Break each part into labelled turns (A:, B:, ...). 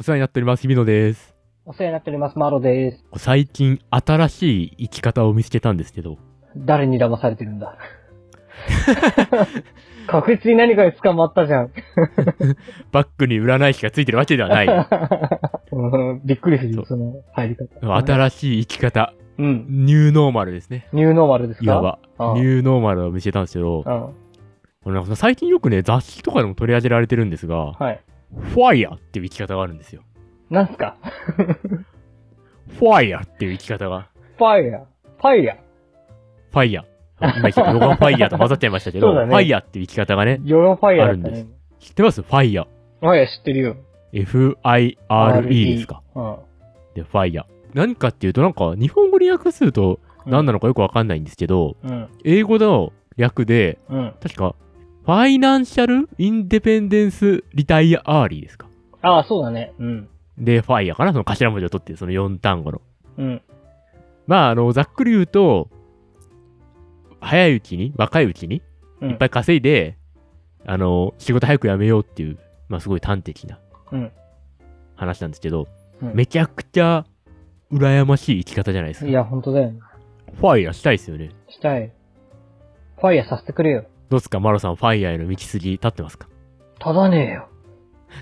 A: 世話になっております、日比野です。
B: お世話になっております、マロです。
A: 最近、新しい生き方を見つけたんですけど、
B: 誰に騙されてる んだ確実に何かに捕まったじゃん。
A: バックに占い師がついてるわけでは ない。
B: うんびっくりする
A: そう
B: よ、その入り方。
A: 新しい生き方、
B: うん。
A: ニューノーマルですね。
B: ニューノーマルですか
A: いわば、
B: あ
A: ニューノーマルを見つけたんですけど
B: う、ん。
A: これなんか最近よくね、雑誌とかでも取り上げられてるんですが、
B: はい。
A: ファイヤーっていう生き方があるんですよ。
B: なんすか
A: ファイヤーっていう生き方が。
B: ファイヤー。ファイヤー。
A: ファイヤー。あ今言ったロゴがファイヤーと混ざっちゃいましたけ ど、
B: そうだね
A: ファイヤーっていう生き方がね、
B: ヨロファイヤーだった
A: ある
B: ね。
A: 知ってますファイヤー。
B: ファイヤー知ってるよ。
A: F-I-R-E ですか。
B: うん。
A: で、ファイヤー。何かっていうと、なんか、日本語に訳すると何な
B: の
A: のかよくわかんないんですけど、
B: うん。
A: 英語の訳で、
B: うん。
A: 確か、ファイナンシャル・インデペンデンス・リタイア・アーリーですか。
B: ああ、そうだね。うん。
A: で、ファイヤーかなその頭文字を取って、その4単語の。
B: うん。
A: まあ、あの、ざっくり言うと、早いうちに、若いうちに、
B: うん。
A: いっぱい稼いで、あの、仕事早く辞めようっていう、まあ、すごい端的な
B: うん
A: 話なんですけど、
B: うん
A: めちゃくちゃ羨ましい生き方じゃないです
B: い
A: か。
B: や、ほんとだよね。
A: ファイヤーしたいですよね。
B: したい。ファイヤーさせてくれよ。
A: どうすか、マロさん、ファイヤーへの道筋立って ますか
B: 立たねえよ。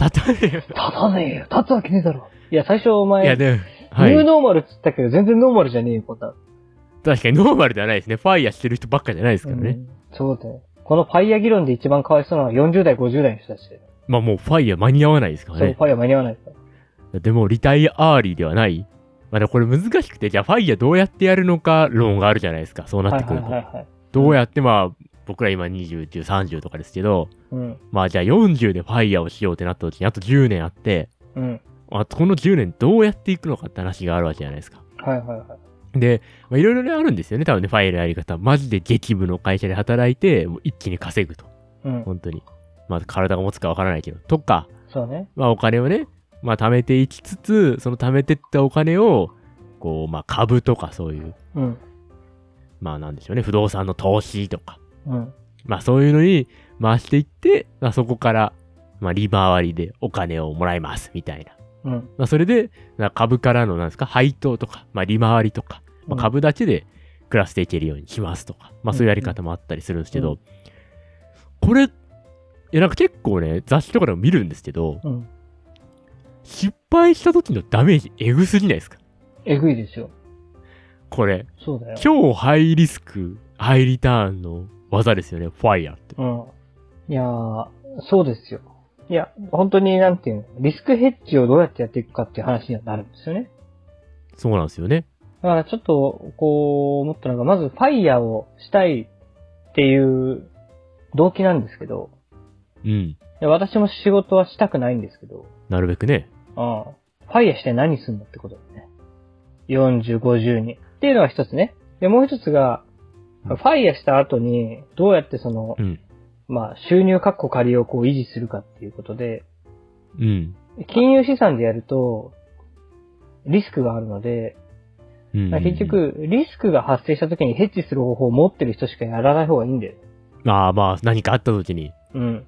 A: 立たね
B: 立たねえよ。立つわけねえだろ。いや、最初お
A: え
B: 前、
A: いや、でも、は
B: ニュー
A: い。
B: ノーマルっつったけど、全然ノーマルじゃねえよ、こんな。
A: 確かにノーマルではないですね。ファイヤーしてる人ばっかじゃないですからね。
B: うんそうだよ。このファイヤー議論で一番かわいそうなのは40代、50代の人たちで。
A: まあ、もうファイヤー間に合わないですから
B: そう、
A: ね
B: フ。ァイヤー間に合わないから。
A: でも、リタイアアーリーではない。まあ、でもこれ難しくて、じゃあ、ファイヤーどうやってやるのか論があるじゃないですか。そうな
B: は
A: っ
B: い
A: てく
B: はい
A: ると
B: は。いはい。
A: どうやってまあ、僕ら今29、30とかですけど、
B: うん。
A: まあじゃあ40でファイヤーをしようってなった時にあと10年あって、
B: うん。
A: あとこの10年どうやっていくのかって話があるわけじゃないですか。
B: はいはいはい。
A: で、まあいろいろねあるんですよね、多分ね、ファイヤーのやり方。マジで激務の会社で働いて、もう一気に稼ぐと。
B: うん。
A: 本当に。まあ体が持つかわからないけど。とか、
B: そうね。
A: まあお金をね、まあ貯めていきつつ、その貯めてったお金を、こう、まあ株とかそういう、
B: うん。
A: まあなんでしょうね、不動産の投資とか。
B: うん。
A: まあそういうのに回していって、まあそこから、まあ利回りでお金をもらいます、みたいな。
B: うん。
A: まあそれで、まあ株からのなんですか、配当とか、まあ利回りとか、まあ、株だけで暮らしていけるようにしますとか、まあそういうやり方もあったりするんですけ
B: う
A: ど、これ、いやなんか結構ね、雑誌とかでも見るんですけど、
B: うん。
A: 失敗した時のダメージエグすぎないですか
B: えぐいですよ。
A: これ、
B: そうだよ。
A: 超ハイリスク、ハイリターンの技ですよね、ファイヤーって。
B: うん。いやー、そうですよ。いや、本当になんていうの、リスクヘッジをどうやってやっていくかっていう話にはなるんですよね。
A: そうなんですよね。
B: だからちょっと、こう、思ったのが、まず、ファイヤーをしたいっていう動機なんですけど、
A: うん。
B: いや私も仕事はしたくないんですけど、
A: なるべくね、
B: うん。ファイヤーして何すんのってことだね。40、50に。っていうのが一つね。で、もう一つが、
A: う
B: フ
A: ん
B: ァイヤーした後に、どうやってその
A: う、ん。
B: まあ、収入確保借りをこう維持するかっていうことで、
A: うん。
B: 金融資産でやると、リスクがあるので、
A: うん
B: まあ結、局、リスクが発生した時にヘッジする方法を持ってる人しかやらない方がいいんだよ。
A: まあまあ、何かあった時に、
B: うん。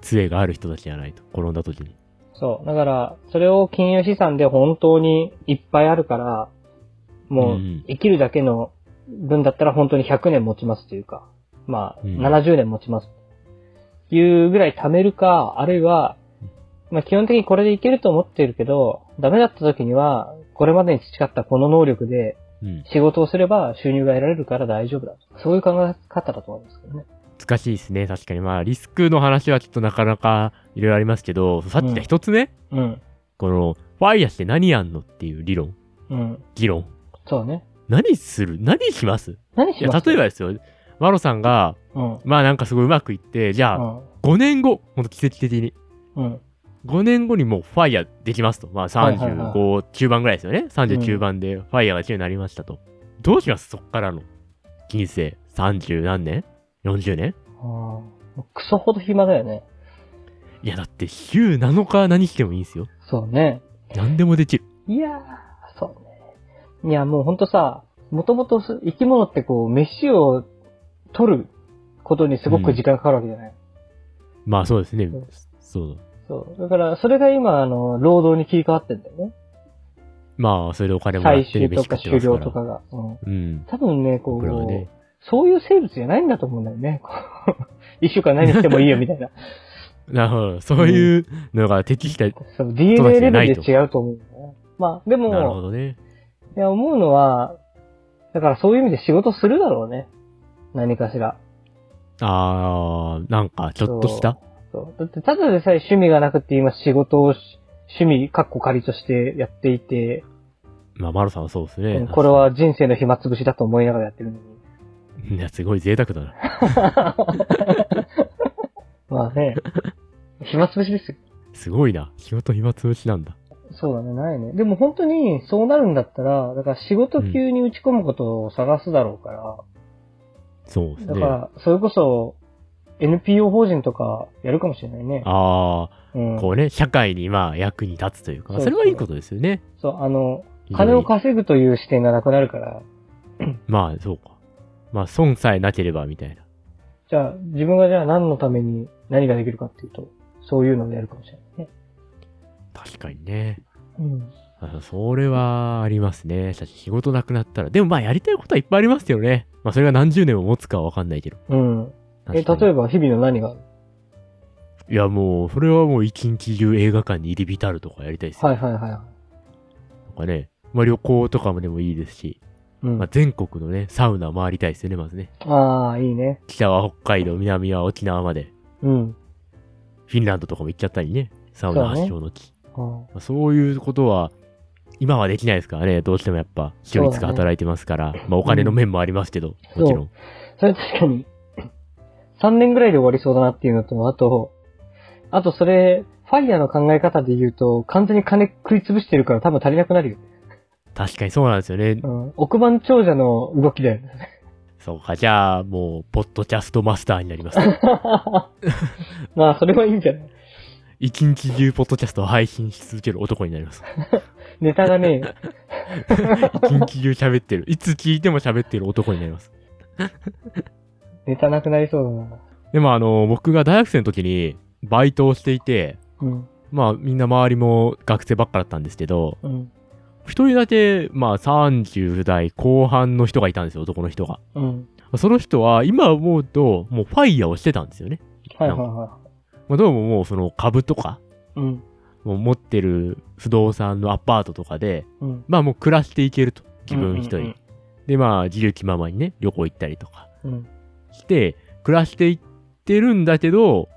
A: 杖がある人たちじゃないと。転んだ時に。
B: そう。だから、それを金融資産で本当にいっぱいあるから、も
A: う
B: うん生きるだけの分だったら本当に100年持ちますというか、まあ、
A: うん
B: 70年持ちます。いうぐらい貯めるか、あるいは、まあ基本的にこれでいけると思ってるけど、ダメだった時には、これまでに培ったこの能力で
A: うん。
B: 仕事をすれば収入が得られるから大丈夫だと。そういう考え方だと思うんですけどね。
A: 難しいですね。確かに。まあ、リスクの話はちょっとなかなかいろいろありますけど、さっき言った一つね、
B: うん。
A: この、ファイヤーして何やんのっていう理論、
B: うん。
A: 議論。
B: そうね。
A: 何する何します
B: 何し
A: いや、
B: ます
A: 例えばですよ。マロさんが、
B: うん。うん。
A: まあなんかすごいうまくいって、じゃあ、5年後、ほんと奇跡的に。
B: うん。
A: 5年後にもうファイヤーできますと。まあ
B: はいはいはい
A: 35中盤ぐらいですよね。
B: う
A: 30
B: ん
A: 中盤でファイヤーが1になりましたと。どうしますそっからの人生。30何年 ?40 年
B: ああ。クソほど暇だよね。
A: いやだって週7日何してもいいんですよ。
B: そうね。
A: 何でもできる。
B: いやー、そうね。いや、もうほんとさ、もともとす生き物ってこう、飯を取ることにすごく時間かかるわけじゃない。
A: まあそうですね
B: そう。
A: そう。
B: そう。だから、それが今、あの、労働に切り替わってんだよね。
A: まあ、それでお金もら
B: 採
A: ってる
B: 集
A: べ
B: と
A: き
B: か
A: かって
B: 狩
A: ます
B: 猟
A: から
B: と。かが。うん。
A: うん。
B: 多分ね、こ
A: 僕らは
B: う、
A: ね。
B: そういう生物じゃないんだと思うんだよね。こう 一週間何してもいいよみたいな。
A: なるほど。そういうのが適した、
B: その DNA レベルで違うと思うんだよね。まあ、で
A: なるほ
B: も、
A: どね。
B: いや、思うのは、だからそういう意味で仕事するだろうね。何かしら。
A: あー、なんか、ちょっとした。
B: そう。だって、ただでさえ趣味がなくて今仕事をし趣味、かっこ仮としてやっていて、
A: まあ、マロさんはそうですね。
B: これは人生の暇つぶしだと思いながらやってるの に。
A: いや、すごい贅沢だな。
B: まあね、暇つぶしですよ。
A: すごいな。仕事暇つぶしなんだ。
B: そうだね、ないね。でも本当にそうなるんだったら、だから仕事級に打ち込むことを探すだろうから、
A: そうです
B: だ
A: ね。
B: から、それこそ、NPO 法人とかやるかもしれないね。
A: あ
B: うん
A: あ、こうね、社会にまあ役に立つというか、まあ
B: そう
A: そ
B: そう
A: れはいいことですよね。
B: そう、あの、
A: 非常に
B: 金を稼ぐという視点がなくなるから、
A: まあ、そうか。まあ、損さえなければみたいな。
B: じゃあ、自分がじゃあ何のために何ができるかっていうと、そういうのをやるかもしれないね。
A: 確かにね。
B: うん。
A: あそれはありますね。しかし仕事なくなったら。でもまあ、やりたいことはいっぱいありますよね。まあ、それが何十年も持つかはわかんないけど。
B: うん。え、例え
A: 確かに
B: ば日々の何がある
A: いや、もう、それはもう一日中映画館に入り浸るとかやりたいですよ。
B: はいはいはいはい。
A: とかね。まあ、旅行とかもでもいいですし、
B: うん。
A: まあ、
B: あ
A: 全国のね、サウナ回りたいですよね、まずね。
B: あー、いいね。
A: 北は北海道、南は沖縄まで、
B: うん。
A: フィンランドとかも行っちゃったりね。サウナ発祥の地。
B: うん
A: まあそういうことは、今はできないですからね。どうしてもやっぱ、週5日働いてますから、まあお金の面もありますけど、
B: うん
A: もちろん。
B: それ確かに、3年ぐらいで終わりそうだなっていうのと、あと、あとそれ、ファイヤーの考え方で言うと、完全に金食い潰してるから多分足りなくなるよ。
A: 確かにそうなんですよね
B: う。ん。億万長者の動きだよね。
A: そうか、じゃあ、もう、ポッドキャストマスターになります。
B: まあ、それはいいんじゃない
A: 一日中、ポッドキャストを配信し続ける男になります。
B: ネタがね、
A: 一日中喋ってる。いつ聞いても喋ってる男になります。
B: ネタなくなりそうだな。
A: でも、あの、僕が大学生の時に、バイトをしていて、
B: うん。
A: まあ、みんな周りも学生ばっかだったんですけど、
B: うん。
A: 一人だけ、まあ、30代後半の人がいたんですよ、男の人が。
B: うん。
A: その人は、今思うと、もうファイヤーをしてたんですよね。
B: はいはいは
A: まあ、どうももう、その株とか、
B: い。うん。
A: もう持ってる不動産のアパートとかで、
B: うん。
A: まあもう暮らしていけると。自分一人。
B: うんうんうん
A: で、まあ、自由気ままにね、旅行行ったりとか
B: うん。
A: して、暮らしていってるんだけど、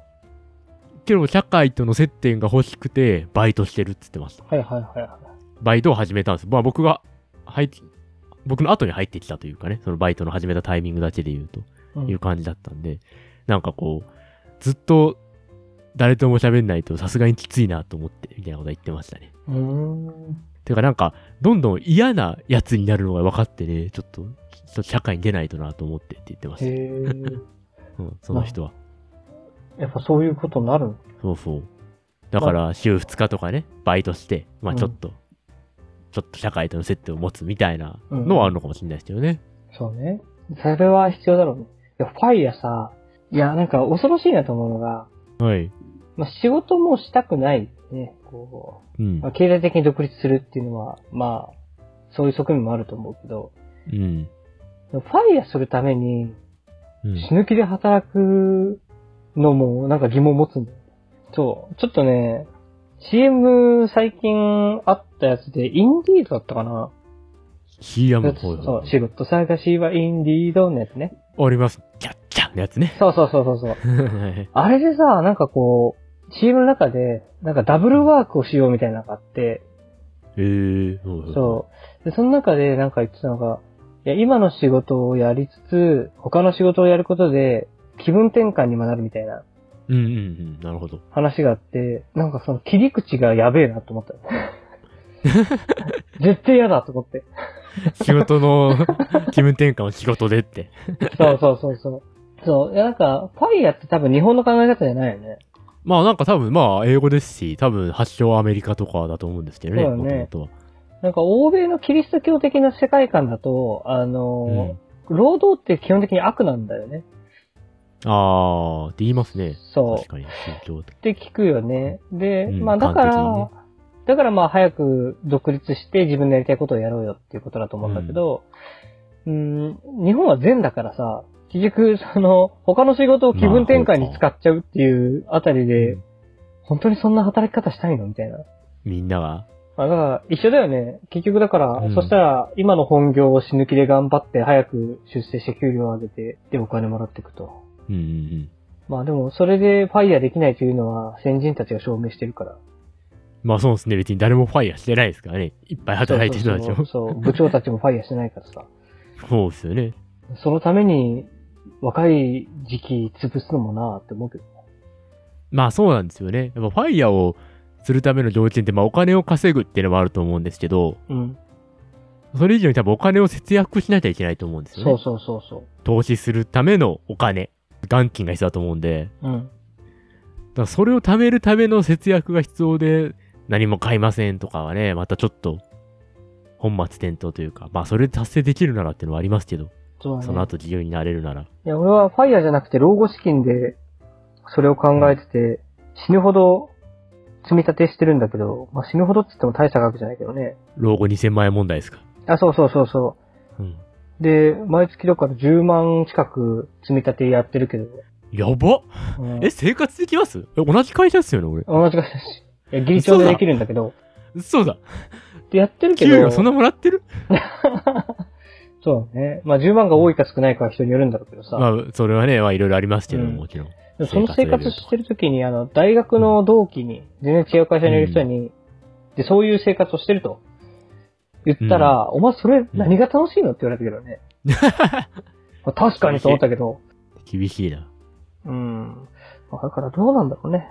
A: けど社会との接点が欲しくて、バイトしてるって言ってました。
B: はいはいはいは
A: バイトを始めたんです。まあ僕が、はい、僕の後に入ってきたというかね、そのバイトの始めたタイミングだけで言うと、
B: い。うん
A: いう感じだったんで、なんかこう、ずっと誰とも喋んないとさすがにきついなと思って、みたいなことは言ってましたね。
B: うーん。
A: てかなんか、どんどん嫌なやつになるのが分かってね、ちょっと、ちょっと社会に出ないとなと思ってって言ってま
B: へ
A: した。
B: え。
A: うん、その人は。
B: やっぱそういうことになるの
A: そうそう。だから、週2日とかね、バイトして、まあ
B: うん
A: ちょっと、ちょっと社会との接点を持つみたいなのはあるのかもしれないですけどね。
B: そうね。それは必要だろうね。いや、ファイヤーさ、いや、なんか恐ろしいなと思うのが、
A: はい。
B: まあ、仕事もしたくないね。こ
A: うん
B: う、まあ、。経済的に独立するっていうのは、まあ、そういう側面もあると思うけど、
A: うん。
B: でもファイヤーするために、
A: うん
B: 死ぬ気で働くのも、なんか疑問を持つんだよ。そう。ちょっとね、CM 最近あったやつで、インディードだったかな、
A: CM の方
B: そう、
A: よ。
B: 仕事探しはインディードのやつね。
A: あります。キャッキャのやつね。
B: そうそうそうそうそう。
A: はい
B: あれでさ、なんかこう、チームの中で、なんかダブルワークをしようみたいなのがあって、
A: えー、そう
B: そう。で、その中でなんか言ってたのが、いや、今の仕事をやりつつ、他の仕事をやることで、気分転換にもなるみたいな
A: う。うんうんうん。なるほど。
B: 話があって、なんかその切り口がやべえなと思った。絶対嫌だと思って。
A: 仕事の 気分転換を仕事でって。
B: そうそうそうそう。そう。いや、なんか、ファイヤーって多分日本の考え方じゃないよね。
A: まあなんか多分まあ英語ですし、多分発祥はアメリカとかだと思うんですけどね、
B: そうだね
A: 元々は
B: なんか欧米のキリスト教的な世界観だと、あのー、労働って基本的に悪なんだよね。
A: あーって言いますね。
B: そう
A: 確。かに、心境と
B: って聞くよね。で、
A: うん
B: まあだか
A: 完
B: ら、
A: 璧にね
B: だからまあ早く独立して自分のやりたいことをやろうよっていうことだと思うんだけど、うん、日本は善だからさ、結局その他の仕事を気分転換に使っちゃうっていうあたりで、
A: うん
B: 本当にそんな働き方したいのみたいな。
A: みんなが、
B: まあだから一緒だよね。結局だから、
A: うん
B: そしたら今の本業を死ぬ気で頑張って早く出世して給料を上げて、でお金もらっていくと。
A: うんうんうん。
B: まあでもそれでファイヤーできないというのは先人たちが証明してるから。
A: まあそうですね。別に誰もファイヤーしてないですからね。いっぱい働いてる人たち
B: そう
A: も。
B: そうそう、部長たちもファイヤーしてないからさ。
A: そうですよね。
B: そのために、若い時期潰すのもなぁって思うけど。
A: まあそうなんですよね。やっぱファイヤーをするための条件って、まあお金を稼ぐっていうのもあると思うんですけど、
B: うん。
A: それ以上に多分お金を節約しなきゃいけないと思うんですよね。
B: そうそうそうそ
A: 投資するためのお金。元金が必要だと思うんで、
B: う。うん。
A: だからそれを貯めるための節約が必要で、何も買いませんとかはね、またちょっと、本末転倒というか、まあそれで達成できるならっていうのはありますけど、
B: そう
A: そ
B: だ
A: の
B: ね。
A: 後自由になれるなら。
B: いや、俺はファイヤーじゃなくて老後資金で、それを考えてて、死ぬほど積み立てしてるんだけど、まあ、死ぬほどって言っても大した額じゃないけどね。
A: 老後2000万円問題ですか。
B: あ、そうそうそうそ
A: うん。
B: う。で、毎月どっかで10万近く積み立てやってるけど、
A: やばっ
B: うん
A: え、生活できますえ、同じ会社ですよね、俺。
B: 同じ会社だし。いや、義理帳でできるんだけど。
A: そうだ。
B: で、やってるけ
A: 給
B: ど。
A: 料そんなもらってる
B: そうだね。まあ10万が多いか少ないかは人によるんだろうけどさ。
A: まあ、それはね、まあいろいろありますけど、
B: うん
A: もちろん。
B: でもその生活してる時に、あの、大学の同期に、全然違う会社にいる人に、で、そういう生活をしてると言ったら、お前それ何が楽しいのって言われたけど ね。まあ確かにと思ったけど、
A: 厳しいな。
B: うん。まあだからどうなんだろうね。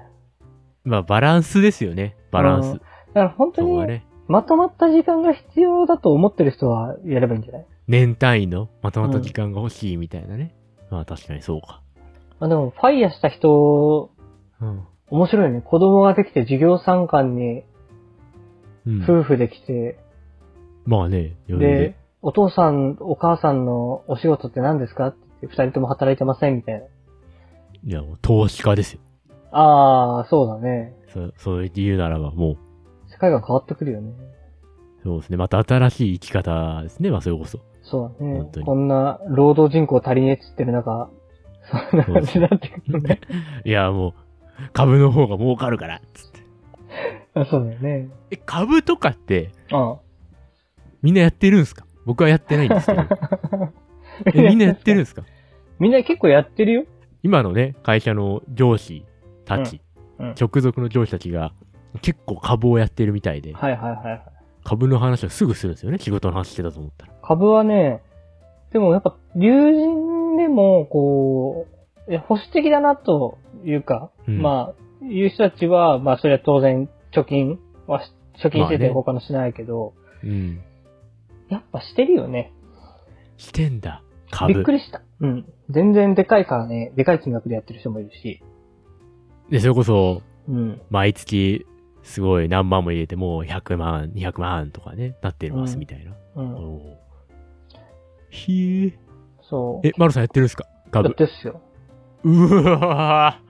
A: まあバランスですよね、バラン
B: うん
A: ス。
B: だから本当
A: そこは
B: に、
A: ね。
B: まとまった時間が必要だと思ってる人はやればいいんじゃない
A: 年単位のまとまった時間が欲しいみたいなね。まあ確かにそうか。
B: まあでも、ファイヤーした人、
A: うん。
B: 面白いよね。子供ができて授業参観に
A: うん、
B: 夫婦できて、
A: まあね、呼ん
B: で
A: で。、
B: お父さん、お母さんのお仕事って何ですかって言って、二人とも働いてませんみたいな。
A: いや、もう投資家ですよ。
B: あー、そうだね。
A: そそう言うならば、もう、
B: 世界が変わってくるよね。
A: そうですね。また新しい生き方ですね。まあ、それこそ。
B: そうだね
A: 本当。に
B: こんな労働人口足りねえっつってる中、そんな感じになってくるね。
A: いや、もう、株の方が儲かるから、つって。
B: あ そうだよね。
A: え、株とかって、
B: あ
A: みんなやってるんすか僕はやってないんですけど。 え、みんなやってるんですか
B: みんな結構やってるよ。
A: 今のね、会社の上司たち、
B: うんうん
A: 直属の上司たちが、結構株をやってるみたいで、
B: はいはいはいはい。
A: 株の話をすぐするんですよね。仕事の話してたと思ったら。
B: 株はね、でもやっぱ、友人でも、こう、いや保守的だなというか、
A: うん
B: まあ、いう人たちは、まあ、それは当然、貯金はし、貯金して
A: まあね
B: て他のしないけど、
A: うん。
B: やっぱしてるよね。
A: してんだ。株。
B: びっくりした。うん。全然でかいからね、でかい金額でやってる人もいるし、
A: で、それこそ、
B: うん。
A: 毎月、すごい何万も入れて、もう100万、200万とかね、なってます、みたいな。
B: うん。
A: おーひえ。
B: そう。
A: え、マロさんやってるんすか
B: や
A: 株
B: っ。てっすよ。
A: うわ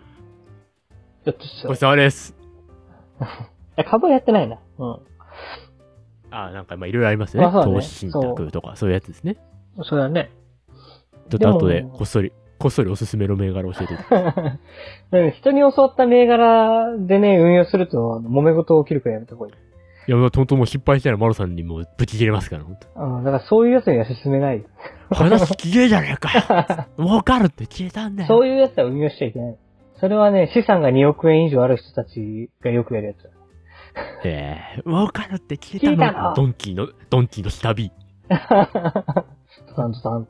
B: やってっす
A: ーごち。
B: よ
A: そうさまです。
B: いや株はやってないな。うん。
A: あ、なんか、まあ、いろいろありますよね。
B: あそうだね
A: 投資信託とか、そういうやつですね。
B: それはね。
A: ちょっと後
B: で
A: で、
B: も
A: こっそり、こっそりおすすめの銘柄教えてください
B: でも人に教わった銘柄でね、運用すると、あの揉め事起きるからやめた方がいい。
A: いや、まあ本当もう失敗したらマロさんにもうぶち切れますから、本
B: うん、だからそういうやつには進めないよ。
A: 当話きれいじゃねえ かよ。儲かるって消えたんだよ。
B: そういうやつは運用しちゃいけない。それはね、資産が2億円以上ある人たちがよくやるやつだ。
A: ええ儲かるって消えたの
B: 消えたの
A: ドンキーの、ドンキーの下火。
B: ドタンドタン。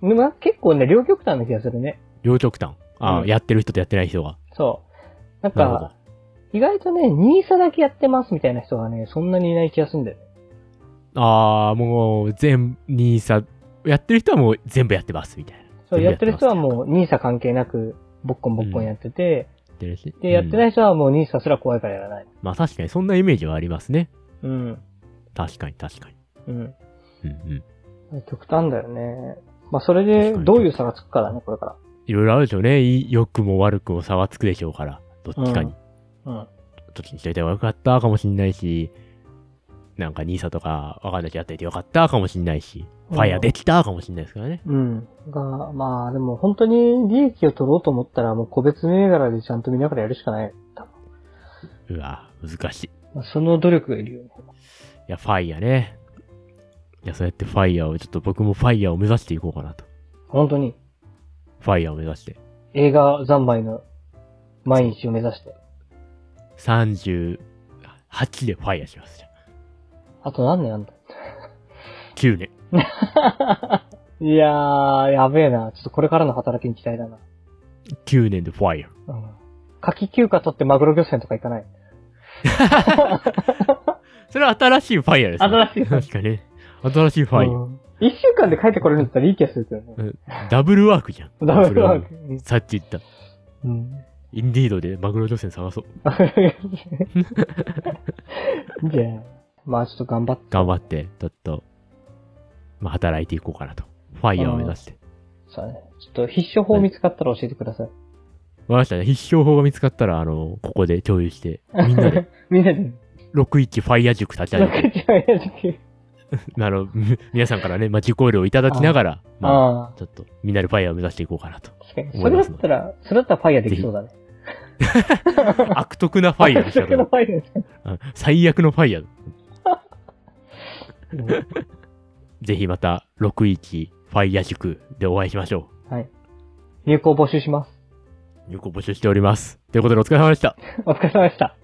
B: でも結構ね、両極端な気がするね。
A: 両極端。ああ、
B: うん
A: やってる人とやってない人が。
B: そう。なん
A: なるほど
B: か、。意外とね、ニーサだけやってますみたいな人がね、そんなにいない気がするんだよね。
A: ああ、もう、全、ニーサ、やってる人はもう全部やってます、みたいな。
B: そ
A: 全
B: う、
A: 部
B: や
A: や
B: っ
A: ってて
B: る
A: ます、
B: 人はもうニーサ関係なく、ボッコンボッコンやってて、で、やってないい人はもうニーサすら怖いからやらない。
A: まあ確かに、そんなイメージはありますね。
B: うん。
A: 確かに、確かに。
B: うん。
A: うんうん。
B: 極端だよね。まあ、それで、どういう差がつくかだね、これから。
A: いろいろあるでしょうね。い良くも悪くも差はつくでしょうから、どっちかに。
B: うん。
A: どっちにしといてもよかったかもしんないし、なんか NISA とかわかんないしやっていてよかったかもしんないし、
B: う
A: フ
B: ん
A: ァイアできたかもしんないですからね。
B: うん。が、まあでも本当に利益を取ろうと思ったらもう個別銘柄でちゃんと見ながらやるしかない。多分
A: うわ、難しい。い
B: まあその努力がいるよね。
A: や、ファイアね。いや、そうやってファイアを、ちょっと僕もファイアを目指していこうかなと。
B: 本当に
A: ファイアを目指して。
B: 映画三昧の毎日を目指して。
A: 38でファイアします。じゃあ
B: あと何年あんだ
A: 9年。
B: いやー、やべえな。ちょっとこれからの働きに期待だな。
A: 9年でファイア。
B: うん。夏季休暇取ってマグロ漁船とか行かない。
A: それは新しいファイアです、ね。
B: 新し いファイア
A: 確かにね。新しいファイア。
B: うん一週間で帰ってこれるんだったらいい気がするけどね。
A: ダブルワークじゃん。
B: ダブルワー
A: それは
B: ク。
A: さっき言った。
B: うん。
A: インディードでマグロ漁船探そう。
B: じゃあ、まあちょっと頑張って。
A: 頑張って、ちょっと、まあ、働いていこうかなと。ファイヤーを目指して。
B: そうね。ちょっと必勝法見つかったら教えてください。
A: わかりましたね。必勝法が見つかったら、あの、ここで共有して、みん なで、
B: みんなで。
A: 61ファイヤー塾立ち上げて、あの、 み皆さんからね、まあ、受講料をいただきながら、まあ、
B: ああ、
A: ちょっと、みんなでファイヤーを目指していこうかなと。
B: 確かに。それだったら、それだったらファイヤーできそうだね。
A: 悪徳なファイヤーで した
B: それ
A: け
B: の
A: ど
B: フ、ァイヤーですね
A: うん最悪のファイヤー。
B: うん
A: ぜひまた、61ファイヤー塾でお会いしましょ
B: はい。入稿募集します。
A: う。入校募集しております。ということで、お疲れ様でした。
B: お疲れ様でした。